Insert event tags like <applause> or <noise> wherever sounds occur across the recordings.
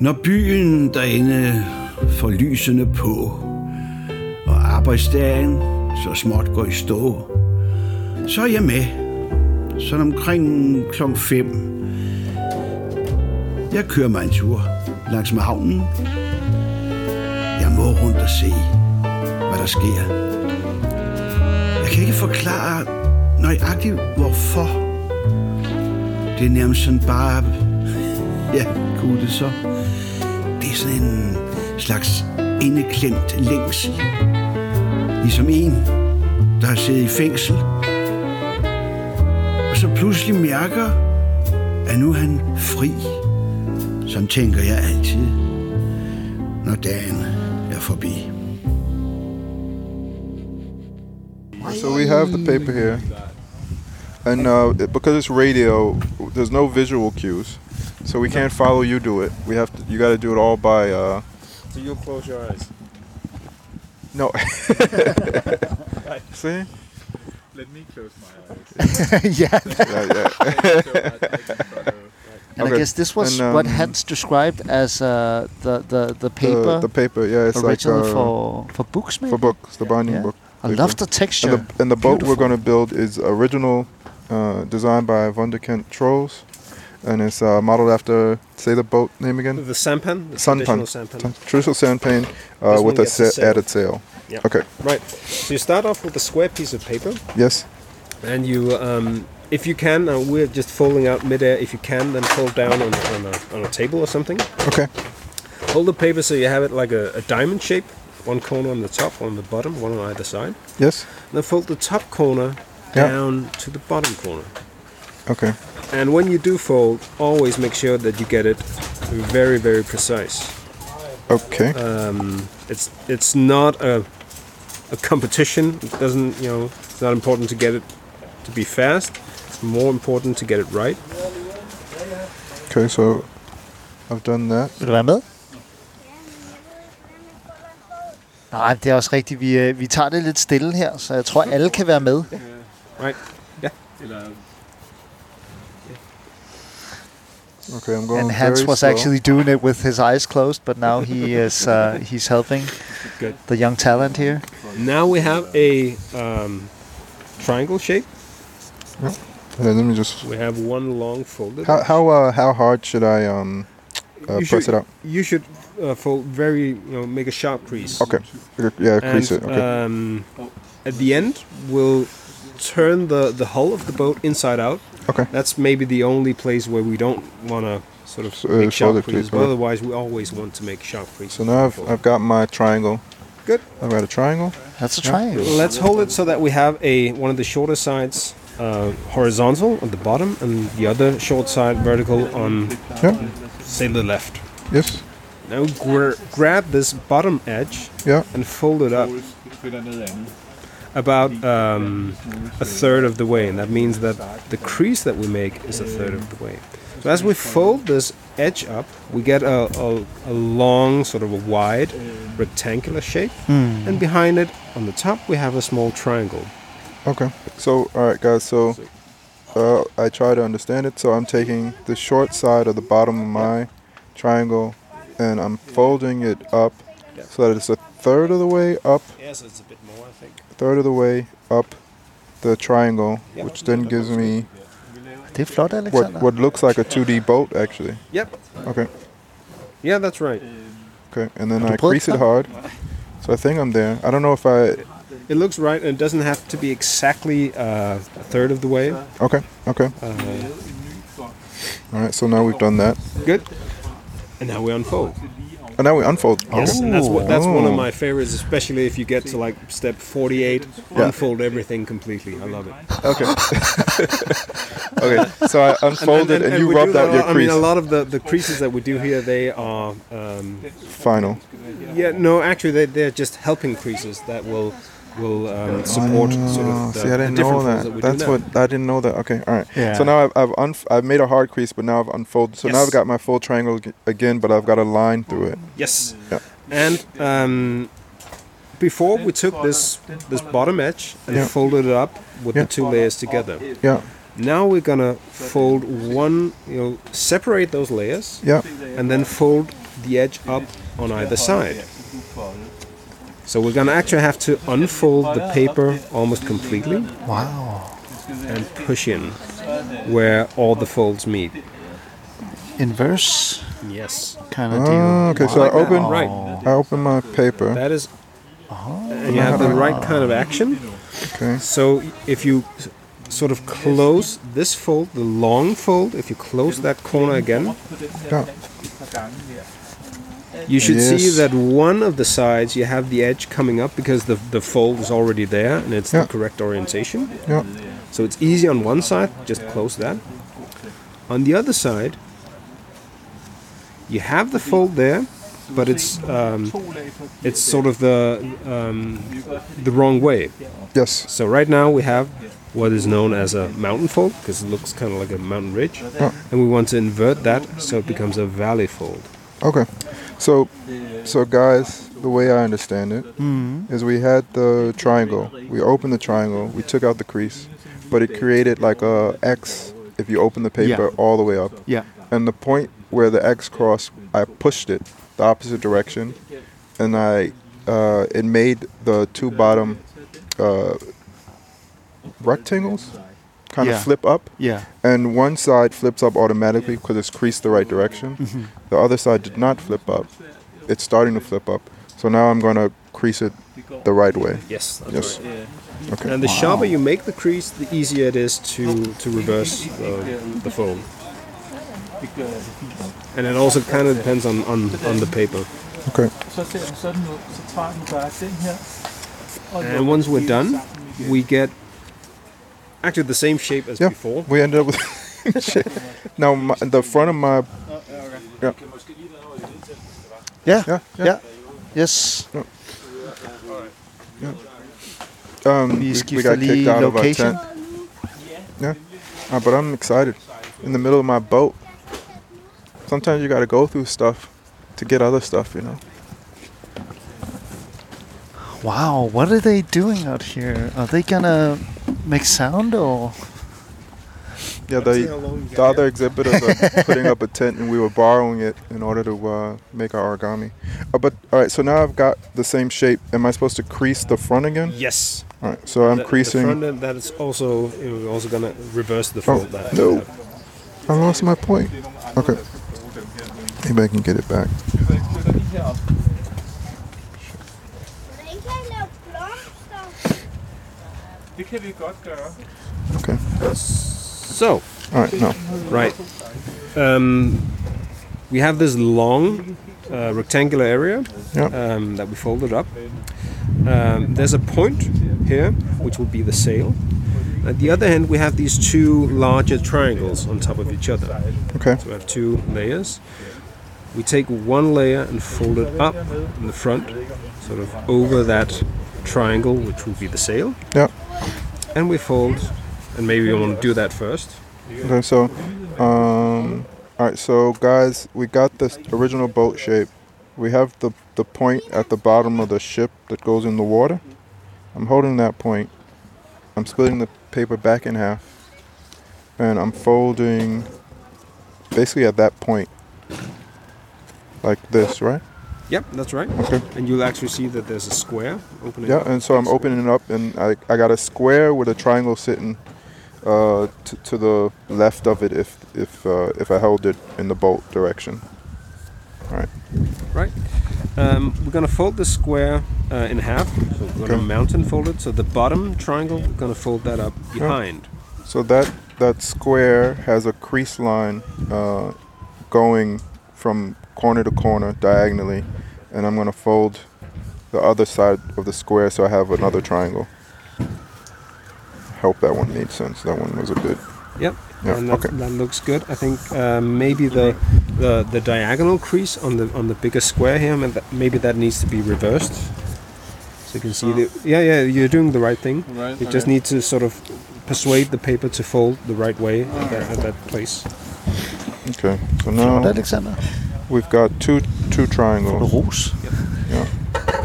Når byen derinde får lysene på, og arbejdsdagen så småt går i stå, så er jeg med. Sådan omkring kl. 5. Jeg kører mig en tur langs med havnen. Jeg må rundt og se, hvad der sker. Jeg kan ikke forklare nøjagtigt, hvorfor. Det er nærmest sådan bare... <laughs> Ja, kunne det så. Det er sådan en slags indeklemt længsel. Ligesom en, der har siddet i fængsel. Og så pludselig mærker, at nu er han fri. Sådan tænker jeg altid, når dagen er forbi. So we have the paper here, and uh, it- because it's radio, there's no visual cues, so we can't follow you do it. We have to. You got to do it all by. Uh, So you'll close your eyes. no. <laughs> See? Let me close my eyes. yeah. Yeah, yeah. so I take in front of, like, And I Okay. guess this was And, what um, Hans described as uh, the, the, the paper The, the paper. Yeah, it's original like uh, for, for books, maybe? for books, the binding Yeah. book. I paper. love the texture. And the, and the boat we're Beautiful. going to build is original, uh, designed by Wunderkind Trolls, and it's uh, modeled after. Say the boat name again. The sampan, the Sunpan. traditional sampan. Traditional sandpan uh, This with one a gets a sa- sail. added sail. Yeah. Okay. Right. So you start off with a square piece of paper, Yes. and you, um, if you can, uh, we're just folding out midair. If you can, then fold down on, on, a, on a table or something. Okay. Hold the paper so you have it like a, a diamond shape, one corner on the top, one on the bottom, one on either side. Yes. Then fold the top corner Yeah. down to the bottom corner. Okay. And when you do fold, always make sure that you get it very, very precise. Okay. Uh, um, it's it's not a a competition. It doesn't you know it's not important to get it to be fast. It's more important to get it right. okay. So I've done that. Vil du være med? Nej, det er også rigtigt. Vi, øh, vi tager det lidt stille her, så jeg tror, alle kan være med. Right. Okay. I'm going And Hans very was slow. actually doing it with his eyes closed, but now he is uh, he's helping Good. the young talent here. Now we have a um, triangle shape. Yeah, let me just. We have one long folded. How how uh, how hard should I um uh, you press should, it up? You should uh, fold very you know make a sharp crease. Okay. Yeah. Crease and it. Okay. uh, um, at the end we'll turn the the hull of the boat inside out. Okay. That's maybe the only place where we don't want to sort of So, uh, make shoulder sharp creases, crease, but yeah. otherwise we always want to make sharp creases. so now I've I've got my triangle. Good. I've got a triangle. That's a triangle. Let's hold it so that we have a one of the shorter sides uh, horizontal on the bottom and the other short side vertical on Yeah. say the left. Yes. Now gra- grab this bottom edge Yeah. and fold it up about um, a third of the way, and that means that the crease that we make is a third of the way. So as we fold this edge up, we get a, a, a long, sort of a wide, rectangular shape, and behind it, on the top, we have a small triangle. Okay. So, all right, guys. So, uh, I try to understand it. So, I'm taking the short side of the bottom of my triangle, and I'm folding it up so that it's a third of the way up, Yes, it's a bit more, I think. third of the way up the triangle, Yeah. which then gives me Det er flot, what Alexander. what looks like a 2D boat, actually. Yep. Okay. Yeah, that's right. Okay. And then Have you I pulled crease it it hard. So I think I'm there. I don't know if I. It looks right, and it doesn't have to be exactly uh, a third of the way. Okay. Okay. Uh, All right. So now we've done that, good. And now we unfold. and now we unfold. Yes, and that's what that's one of Oh. my favorites, especially if you get to like step 48, Yeah. unfold everything completely. I love it. <laughs> Okay. okay. So I unfolded and, you we rubbed do out a your lot- I crease. mean, a lot of the, the creases that we do here, they are um, Final. yeah, no, actually, they they're just helping creases that will will um, support sort Oh, of the, see, I didn't the different know folds that. we do That's now. what I didn't know that. Okay. All right. Yeah. So now I've I've, unf- I've made a hard crease, but now I've unfolded. So now Yes. I've got my full triangle ag- again, but I've got a line through it. Yes. Yeah. And um, before we took this this bottom edge and Yeah. folded it up with Yeah. the two layers together. Yeah. Now we're gonna fold one, you know, separate those layers Yeah. and then fold the edge up on either side. So we're gonna actually have to unfold the paper almost completely Wow. and push in where all the folds meet. Inverse Yes. kind of Oh, deal. Oh. okay, so I Like that. open, Right. I open my paper. That is. And you have the right kind of action. Okay, So if you s- sort of close this fold, the long fold, if you close that corner again, yeah, you should see Yes. that one of the sides you have the edge coming up because the, the fold is already there and it's Yeah. the correct orientation. yeah. So it's easy on one side, just close that. On the other side, you have the fold there, but it's um, it's sort of the um, the wrong way. Yes. So right now we have what is known as a mountain fold because it looks kind of like a mountain ridge, Oh. and we want to invert that so it becomes a valley fold. Okay. So, so guys, the way I understand it is Mm-hmm. we had the triangle. We opened the triangle. We took out the crease, but it created like a X if you open the paper all the way up. Yeah. And the point where the X crossed, I pushed it the opposite direction, and I uh, it made the two bottom uh, rectangles kind Yeah. of flip up Yeah. and one side flips up automatically because it's creased the right direction. Mm-hmm. The other side did not flip up. It's starting to flip up. So now I'm going to crease it the right way. Yes. Yes. That's Okay. And the sharper you make the crease, the easier it is to, to reverse um, the, the fold. And it also kind of depends on, on, on the paper. Okay. Så ser den sådan ud, så tager den bare den her. And once we're done, we get actually the same shape as Yeah. before. We ended up with. <laughs> Shit. Now my, the front of my Yeah. yeah yeah, Yeah. Yes. um Vi we, we skifter got kicked lige out of our location. tent yeah uh, but I'm excited in the middle of my boat sometimes you got to go through stuff to get other stuff you know Wow. What are they doing out here? Are they gonna make sound or? Yeah, the, the other exhibitors are putting up a tent, and we were borrowing it in order to uh, make our origami. Uh, but all right, so now I've got the same shape. Am I supposed to crease the front again? Yes. All right, so I'm The- The creasing. front end, that is also, we're also going to reverse the Oh, fold. that we no. have. I lost my point. Okay, maybe I can get it back. Hvordan kan jeg lave blomster? Det kan vi godt gøre. Okay. So, All right, no. right. Um, we have this long uh, rectangular area Yeah. um, that we folded up. Um, there's a point here, which will be the sail. At the other end, we have these two larger triangles on top of each other. Okay. So we have two layers. We take one layer and fold it up in the front, sort of over that triangle, which will be the sail. Yeah. And we fold, and maybe we want to do that first. Okay. So, um, all right. So guys, we got this original boat shape. We have the the point at the bottom of the ship that goes in the water. I'm holding that point. I'm splitting the paper back in half, and I'm folding basically at that point, like this, right? Yep, that's right. Okay. And you'll actually see that there's a square opening. Yeah. up. And so I'm opening it up, and I I got a square with a triangle sitting. Uh, t- to the left of it, if if uh, if I held it in the boat direction. Right. Um, we're going to fold the square uh, in half. So we're going to Okay. mountain fold it. So the bottom triangle, we're going to fold that up behind. So that that square has a crease line uh, going from corner to corner diagonally, and I'm gonna fold the other side of the square so I have another triangle. I hope that one made sense. That one was a good. Yep. Yeah, And that, okay. that looks good. I think uh, maybe the, the the diagonal crease on the on the bigger square here, ma- that- maybe that needs to be reversed. So you can see the yeah yeah you're doing the right thing. Right, You just okay. need to sort of persuade the paper to fold the right way at that, at that place. Okay, so What, now Alexander? we've got two two triangles. Rose.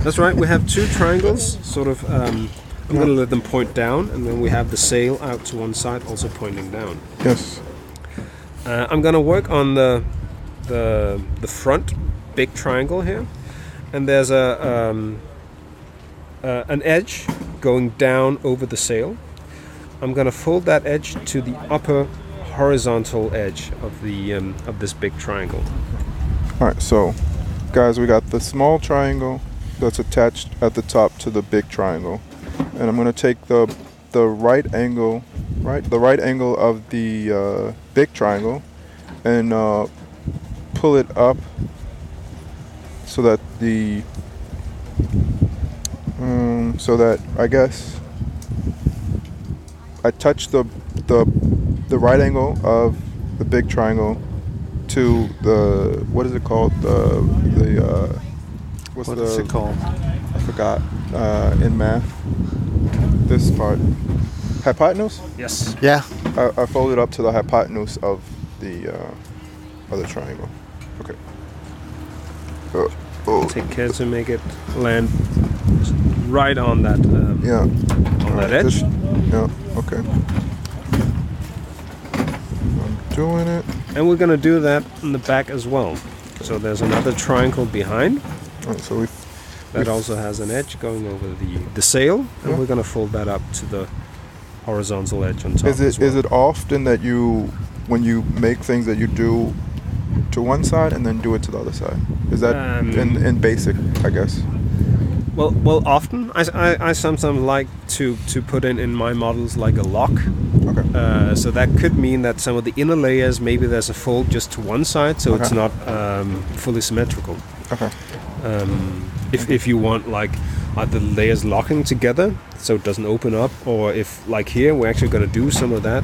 That's right. We have two triangles, sort of. Um, I'm going to let them point down, and then we have the sail out to one side, also pointing down. Yes. Uh, I'm going to work on the the the front big triangle here, and there's a um, uh, an edge going down over the sail. I'm gonna fold that edge to the upper horizontal edge of the um, of this big triangle. All right, so guys, we got the small triangle that's attached at the top to the big triangle, and I'm gonna take the the right angle, right, the right angle of the uh, big triangle, and uh, pull it up so that the um, so that I guess I touch the the the right angle of the big triangle to the what is it called the the uh, what's What the is it called? I forgot uh, in math this part hypotenuse Yes. Yeah. I, I fold it up to the hypotenuse of the uh, other triangle okay Uh, oh Take care to make it land right on that um, yeah on that Alright, edge. this- yeah okay I'm doing it And we're gonna do that in the back as well. So there's another triangle behind All right, so we that also has an edge going over the, the sail, and Yeah. we're gonna fold that up to the horizontal edge on top. Is it is as well. it often that you, when you make things that you do to one side and then do it to the other side? Is that Um, in, in basic, I guess? Well, well, often I, s- I- I sometimes like to to put in in my models like a lock. Okay. Uh, so that could mean that some of the inner layers maybe there's a fold just to one side, so it's Okay. not um, fully symmetrical. Okay. Um, if if you want like are the layers locking together so it doesn't open up, or if like here we're actually going to do some of that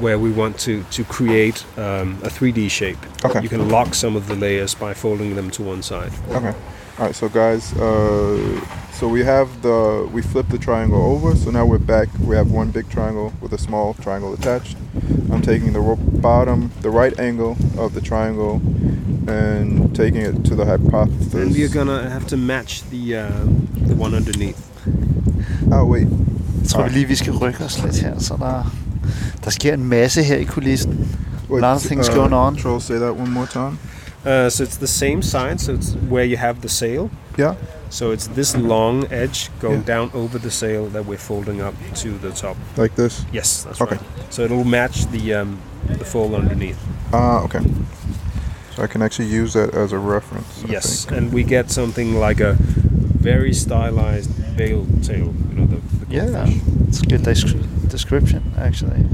where we want to to create um, a 3D shape. Okay. You can lock some of the layers by folding them to one side. Okay. All right. So guys, uh, so we have the we flip the triangle over. So now we're back. We have one big triangle with a small triangle attached. I'm taking the ro- bottom, the right angle of the triangle, and taking it to the hypothesis. And we're gonna have to match the uh, the one underneath. Oh wait. Jeg tror Nej. vi lige, vi skal rykke os lidt her, så der, der sker en masse her i kulissen. wait lot of things uh, going on. Control. Say that one more time. Uh, so it's the same side, so it's where you have the sail. Yeah. So it's this long edge going Yeah. down over the sail that we're folding up to the top. Like this. Yes, that's Okay. right. So it'll match the um, the fold underneath. Ah, okay. So I can actually use that as a reference. I yes, think. and we get something like a very stylized veil tail. You know the, the Yeah, goldfish. it's a good des- description, actually.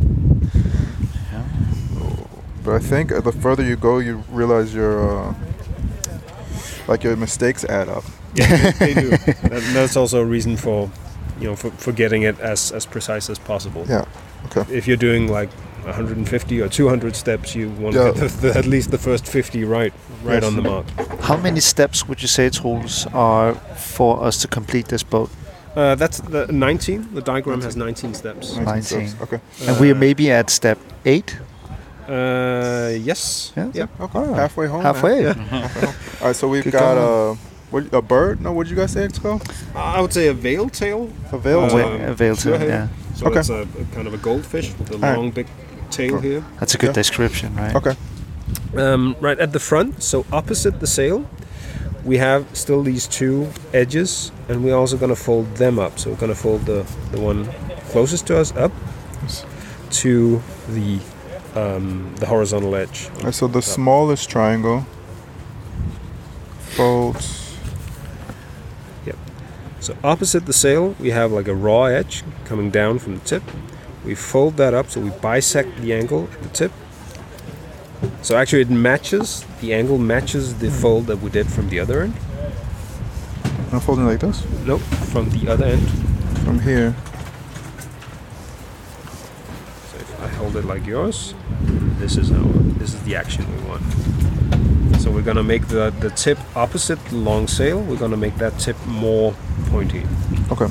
But I think uh, the further you go, you realize your uh, like your mistakes add up. Yeah, they do. that, that's also a reason for you know for, for getting it as as precise as possible. Yeah. Okay. if you're doing like 150 or 200 steps, you want Yeah. to get the, the, at least the first 50 right, right Yes. on the mark. How many steps would you say, Troels, are for us to complete this boat? Uh, that's the 19. The diagram has 19 steps. steps. Nineteen. Okay. and we are maybe at step 8, Uh, yes. Yeah. Yep. Okay. Halfway home. man. halfway. All right. So we've Keep got going. uh, what, a bird. No, what did you guys say it's called? I would say a veil tail. A veil. Uh, tail. Um, Available, yeah. yeah. So Okay. that's a, a kind of a goldfish with a Alright. long, big tail here. That's a good Yeah. description, right? okay. Um, right at the front, so opposite the sail, we have still these two edges, and we're also going to fold them up. So we're going to fold the, the one closest to us up to the um, the horizontal edge. All right, so the smallest triangle folds. So opposite the sail, we have like a raw edge coming down from the tip. We fold that up, so we bisect the angle at the tip. So actually, it matches the angle matches the fold that we did from the other end. I'm folding like this Nope, from the other end. from here. So if I hold it like yours, this is our this is the action we want. So we're gonna make the the tip opposite the long sail. We're gonna make that tip more pointy. Okay.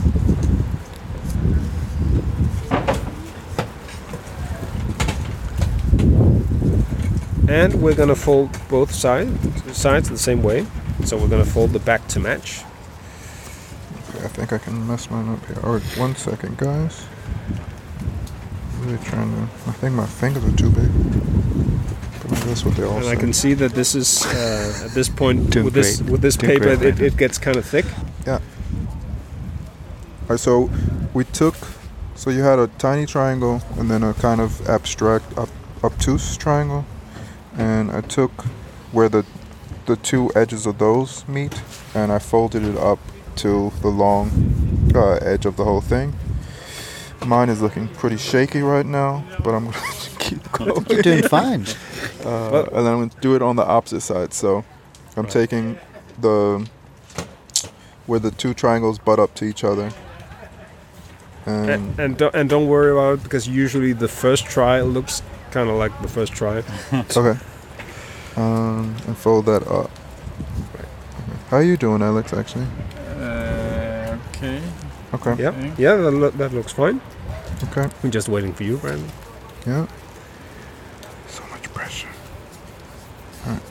And we're gonna fold both sides sides the same way. So we're gonna fold the back to match. Okay, I think I can mess mine up here. Alright, one second, guys. Really trying to. I think my fingers are too big. Put my That's what they all And I say. can see that this is uh, at this point Doing with this great. with this Doing paper great, it, Brandon. it gets kind of thick. All right, so we took, so you had a tiny triangle and then a kind of abstract, ob- obtuse triangle, and I took where the the two edges of those meet, and I folded it up to the long uh, edge of the whole thing. Mine is looking pretty shaky right now, but I'm gonna <laughs> keep going. You're <laughs> doing fine. Uh, and then I'm going to do it on the opposite side. So I'm taking the where the two triangles butt up to each other. And Mm. And and don't, and don't worry about it because usually the first try looks kind of like the first try. Uh-huh. okay, um, and fold that up. How you doing, Alex? Actually, Uh, okay. okay, Yeah, Okay. yeah, that, loo- that looks fine. okay, We're just waiting for you, Brandon. yeah. So much pressure. Alright.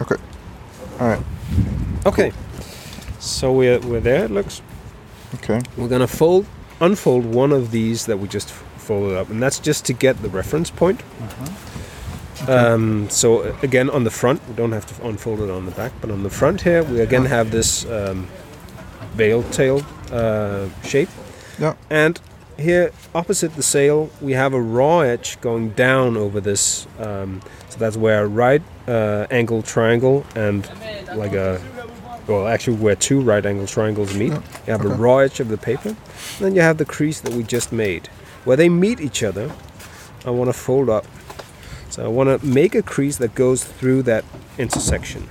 Okay. All right. Okay, so we're we're there. It looks. Okay. We're gonna fold unfold one of these that we just f- folded up, and that's just to get the reference point. Um, so uh, again, on the front, we don't have to unfold it on the back, but on the front here, we again have this um, veil tail uh, shape. Yeah. And here, opposite the sail, we have a raw edge going down over this. Um, so that's where a right uh, angle triangle and like a well, actually, where two right angle triangles meet. Yeah, You have a okay. raw edge of the paper, then you have the crease that we just made. Where they meet each other, I want to fold up. So I want to make a crease that goes through that intersection.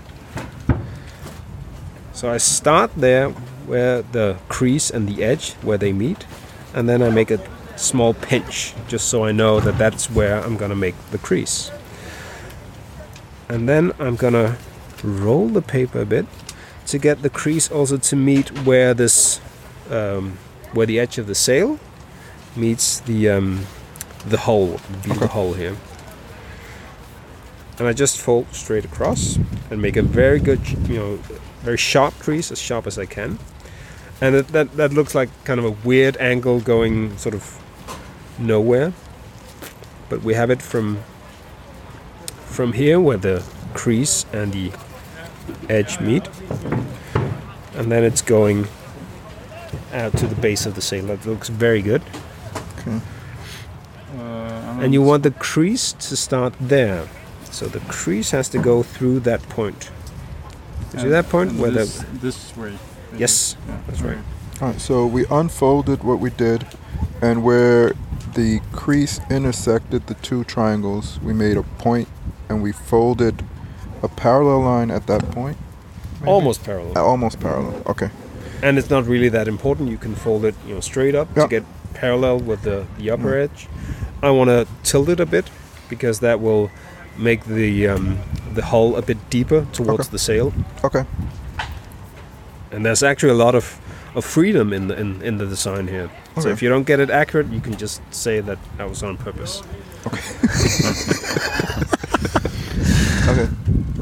So I start there where the crease and the edge where they meet, and then I make a small pinch just so I know that that's where I'm gonna make the crease. And then I'm gonna roll the paper a bit to get the crease also to meet where this um, where the edge of the sail meets the um, the hole, the, the hole here. And I just fold straight across and make a very good, you know, very sharp crease, as sharp as I can. And that, that, that looks like kind of a weird angle going sort of nowhere. But we have it from from here where the crease and the edge meet. And then it's going out to the base of the sail. That looks very good. Uh, I'm And you want the crease to start there. So the crease has to go through that point. You see and- that point and where this, the this way. maybe. Yes, Yeah. that's right. All right, so we unfolded what we did, and where the crease intersected the two triangles, we made a point, and we folded a parallel line at that point. maybe? almost parallel. Uh, Almost parallel. Okay. and it's not really that important. You can fold it, you know, straight up Yeah. Mm. to get parallel with the, the upper edge. I want to tilt it a bit because that will make the um, the hull a bit deeper towards Okay. the sail. Okay. And there's actually a lot of, of freedom in the in, in the design here. So Okay. if you don't get it accurate, you can just say that that was on purpose. Okay.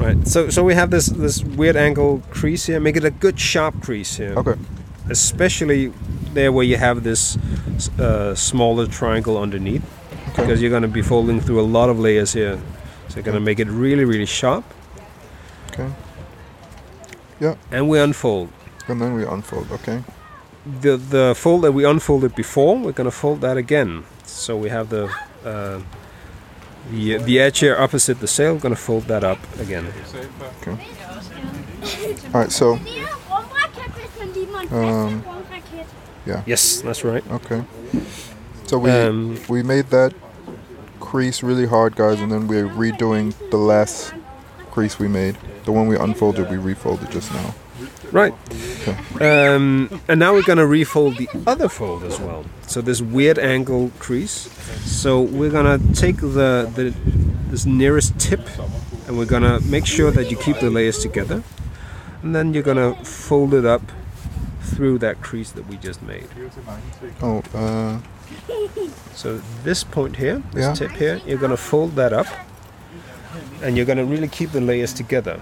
Right. So so we have this this weird angle crease here. Make it a good sharp crease here. Okay. especially there where you have this uh, smaller triangle underneath because you're going to be folding through a lot of layers here so you're going to make it really really sharp Okay. and we unfold And then we unfold. Okay. the the fold that we unfolded before we're going to fold that again so we have the uh, the, the edge here opposite the sail going to fold that up again All right. So Det er en rumraket, hvis man lige må en Øhm. fast rumraket. yes that's right okay. So we um, we made that crease really hard, guys, and then we're redoing the last crease we made, the one we unfolded, we refolded just now. Right. Um, and now we're going to refold the other fold as well. So this weird angle crease. So we're going to take the, the this nearest tip and we're going to make sure that you keep the layers together. And then you're going to fold it up through that crease that we just made. Oh. Uh. So this point here, this Yeah. tip here, you're going to fold that up and you're going to really keep the layers together.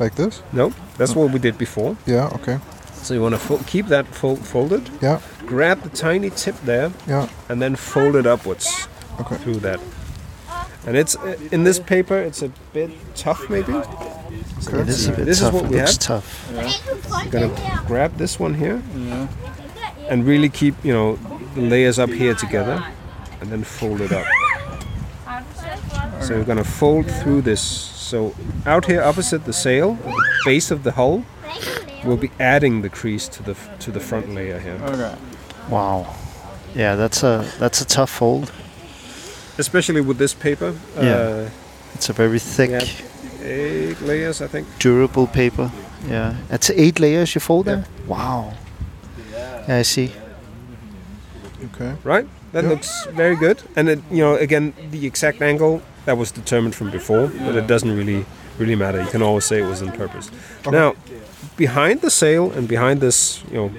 Like this? No, that's what we did before. Yeah. Okay. So you want to fo- keep that fold folded, Yeah. grab the tiny tip there Yeah. and then fold it upwards Okay. through that. And it's in this paper. It's a bit tough, maybe. Okay. It is a bit This is tough. what It we looks have. tough. You're gonna grab this one here and really keep you know the layers up here together, and then fold it up. So you're gonna fold through this. So out here, opposite the sail, at the base of the hull, we'll be adding the crease to the f- to the front layer here. Okay. Wow. Yeah, that's a that's a tough fold. Especially with this paper, Yeah. It's a very thick, Yeah. uh, eight layers, I think. durable paper. Yeah, it's eight layers you fold there. Wow. Yeah, I see. Okay. Right? That Yeah. looks very good. And it, you know, again, the exact angle that was determined from before, but it doesn't really really matter. You can always say it was on purpose. Now, behind the sail and behind this, you know,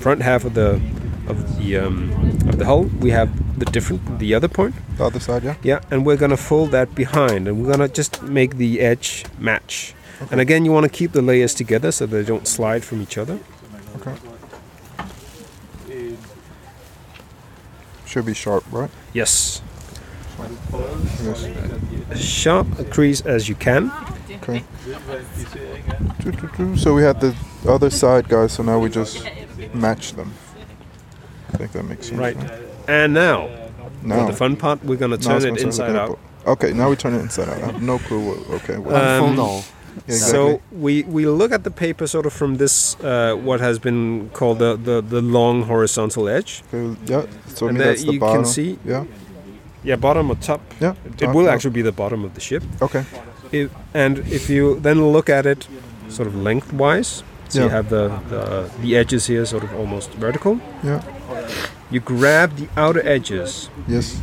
front half of the of the um, of the hull, we have the different the other point. The other side, yeah. Yeah, and we're gonna fold that behind, and we're gonna just make the edge match. And again, you want to keep the layers together so they don't slide from each other. Okay. Should be sharp, right? Yes, Yes. as sharp a crease as you can. Okay. Doo, doo, doo. So we had the other side, guys. So now we just match them. I think that makes sense. Right. And now, Now, for the fun part, we're gonna now I turn was it gonna say we're inside gonna out. put- Okay, now we turn it inside out. I have no clue what. Okay. What, Um, Unfold all. yeah, So we, we look at the paper sort of from this uh, what has been called the, the, the long horizontal edge. Okay, yeah. So I mean, and there that's the you bottom. can see, Yeah. yeah, bottom or top. Yeah. It top, will yeah. actually be the bottom of the ship. Okay. If, and if you then look at it sort of lengthwise, so you Yeah. have the, the the edges here sort of almost vertical. Yeah. You grab the outer edges Yes.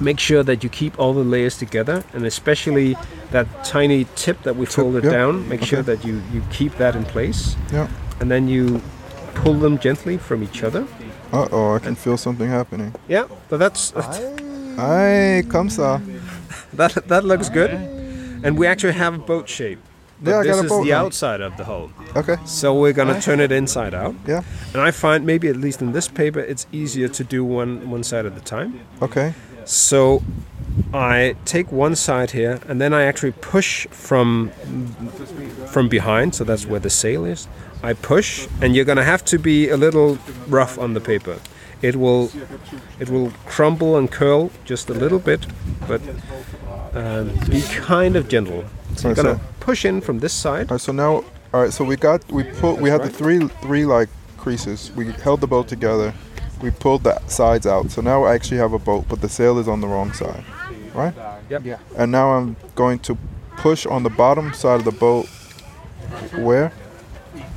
make sure that you keep all the layers together and especially that tiny tip that we folded yeah. down make sure Okay. that you, you keep that in place Yeah. and then you pull them gently from each other Uh oh, I can feel something happening. yeah but that's Ay, kamsa. <laughs> that that looks good and we actually have a boat shape but Yeah, I got this a is boat the now. outside of the hull Okay. so we're going to turn it inside out Yeah. and i find maybe at least in this paper it's easier to do one one side at a time Okay. So I take one side here, and then I actually push from from behind. So that's where the sail is. I push, and you're gonna have to be a little rough on the paper. It will it will crumble and curl just a little bit, but um, be kind of gentle. So you're Alright, so- gonna push in from this side. All right. So now, all right. So we got we pulled we had the three three like creases. We held the boat together. We pulled the sides out. So now I actually have a boat, but the sail is on the wrong side, right? Yep. Yeah. And now I'm going to push on the bottom side of the boat. Where?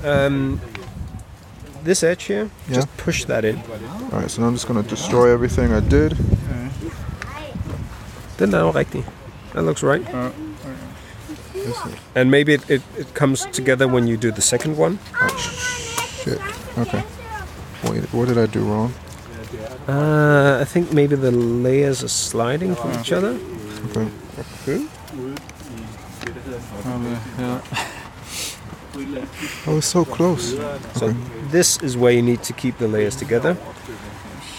Um, this edge here, Yeah. just push that in. All right. So now I'm just gonna destroy everything I did. Den er jo rigtig. That looks right. Ja. And maybe it, it, it comes together when you do the second one. Oh, Shit. Okay. Wait. What did I do wrong? Uh, I think maybe the layers are sliding from each other. Okay. Ja. I was so close. So this is where you need to keep the layers together.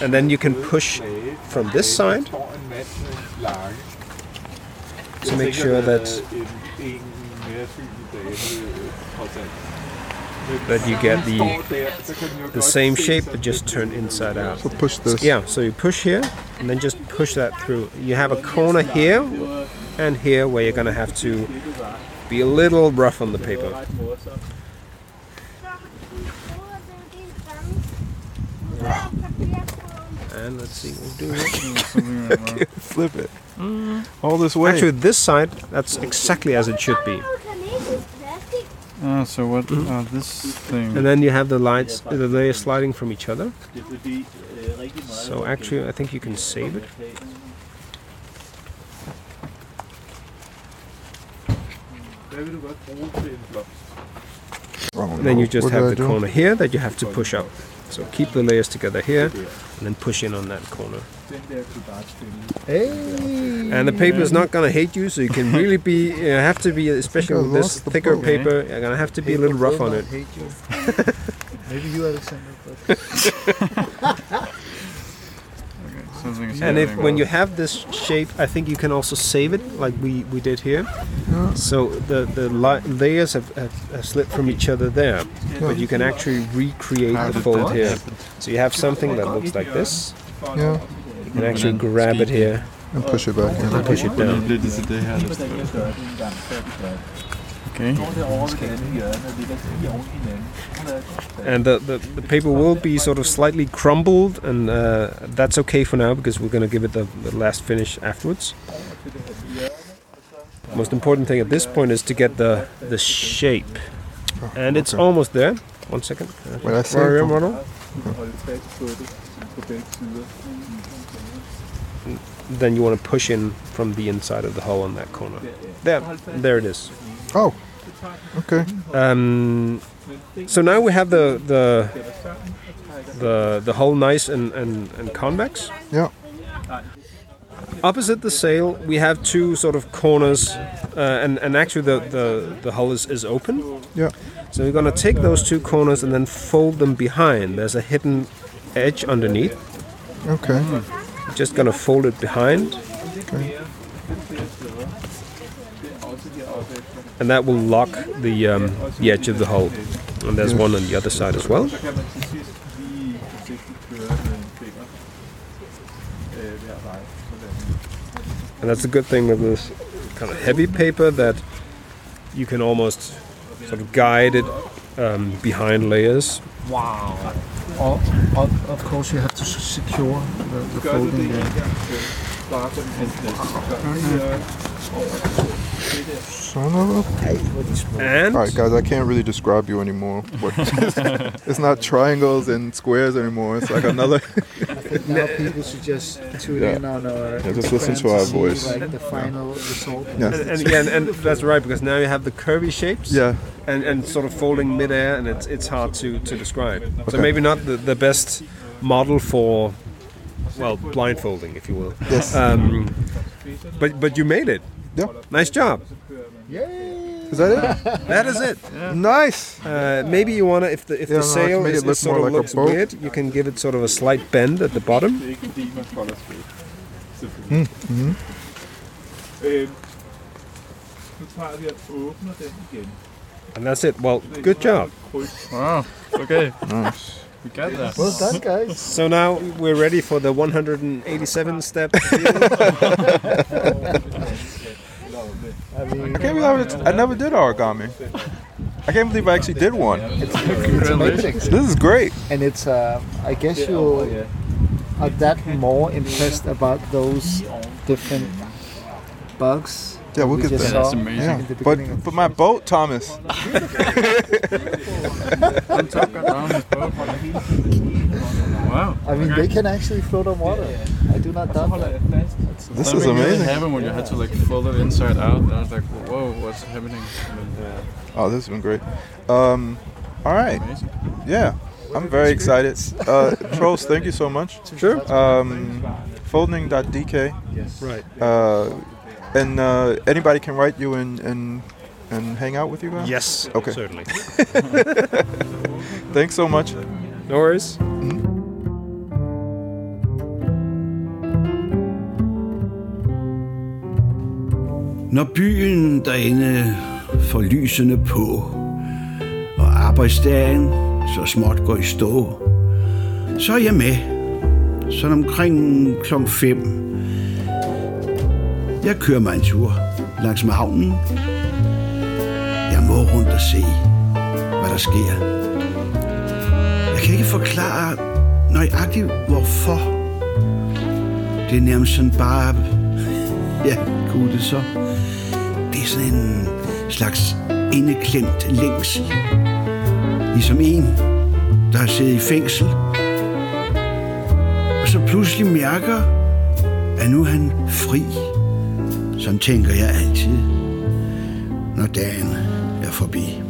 And then you can push from this side to make sure that øh, that you get the the same shape but just turn inside out. So push this. Yeah, so you push here and then just push that through. You have a corner here and here where you're gonna have to be a little rough on the paper. And let's see, we'll do Flip it. All this way. Actually, this side, that's exactly as it should be. Ah, so what? Ah, this thing. And then you have the lights, the layers sliding from each other. So So actually, I think you can save it. Wrong. And then you just What have did I the do? corner here that you have to push up. So keep the layers together here, and then push in on that corner. And the paper is not gonna hate you, so <laughs> you can really be. You have to be, especially I with this lost the thicker book. eh? paper. You're gonna have to be a little rough on it. <laughs> <laughs> Maybe you, Alexander. Sounds like it's And if happening. when you have this shape, I think you can also save it, like we, we did here. So the the li- layers have, have, have slipped from each other there, but you can actually recreate the fold here. So you have something that looks like this. Yeah, You can actually grab it here and push it back in. and push it Fordi down. det er det, så det her. der står. Okay. And the, the, the paper will be sort of slightly crumbled, and uh, that's okay for now because we're going to give it the, the last finish afterwards. Most important thing at this point is to get the the shape, and it's okay. almost there. One second. Uh, When I say Mario from- model. Then you want to push in from the inside of the hole on that corner. There, there it is. Oh, okay. Um, so now we have the the the, the whole nice and, and, and convex. Yeah. Opposite the sail, we have two sort of corners, uh, and, and actually the, the, the hull is, is open. Yeah. So we're going to take those two corners and then fold them behind. There's a hidden edge underneath. Okay. We're just going to fold it behind. And that will lock the, um, the edge of the hull. And there's one on the other side as well. øh, And that's a good thing with this kind of heavy paper that you can almost sort of guide it um, behind layers. Or, or, of course, you have to s- secure the, the folding. uh, Son of a- And All right, guys. I can't really describe you anymore. What- <laughs> it's not triangles and squares anymore. It's like another. Now people should just tune Yeah. in on our. Yeah, just listen to our Instagram see, voice. Like the final result. Yeah. and, and, yeah, and, and that's right because now you have the curvy shapes Yeah. and, and sort of folding midair and it's, it's hard to, to describe so Okay. maybe not the, the best model for well blindfolding if you will Yes. um, but but you made it Yeah. nice job Is that that is it it? Nice. uh, maybe you want to if the if Yeah, the no, to sail make is, it look is sort more of like a looks boat. weird you can give it sort of a slight bend at the bottom Mm, and that's it well good job Wow. Okay. Nice. We got that. Well done, guys. so now we're ready for the 187 step I can't believe I, I never did origami. I can't believe I actually did one. It's, it's amazing. This is great. And it's, uh, I guess you are that more impressed about those different bugs. Yeah, we'll we get just that. saw That's amazing. Yeah, in the but beginning. but my boat, Thomas. Around this boat. Wow. I mean, Okay. they can actually float on water. I do not doubt that. This Something is really amazing. happened when you had to like fold it inside out, and I was like, whoa, what's happening? uh, Oh, this has been great. Um, all right. Amazing. Yeah, I'm very excited. Uh, Trolls, thank you so much. sure Um, folding.dk. right Uh, and uh, anybody can write you and and and hang out with you guys. yes Okay. certainly Thanks so much. no worries Når byen derinde får lysene på, og arbejdsdagen så småt går i stå, så er jeg med. Sådan omkring kl. 5. Jeg kører mig en tur langs med havnen. Jeg må rundt og se, hvad der sker. Jeg kan ikke forklare nøjagtigt, hvorfor. Det er nærmest sådan bare... <laughs> Ja, kunne det så. Det er sådan en slags indeklemt længsel. Ligesom en, der har siddet i fængsel. Og så pludselig mærker, at nu er han fri. Sådan tænker jeg altid, når dagen er forbi.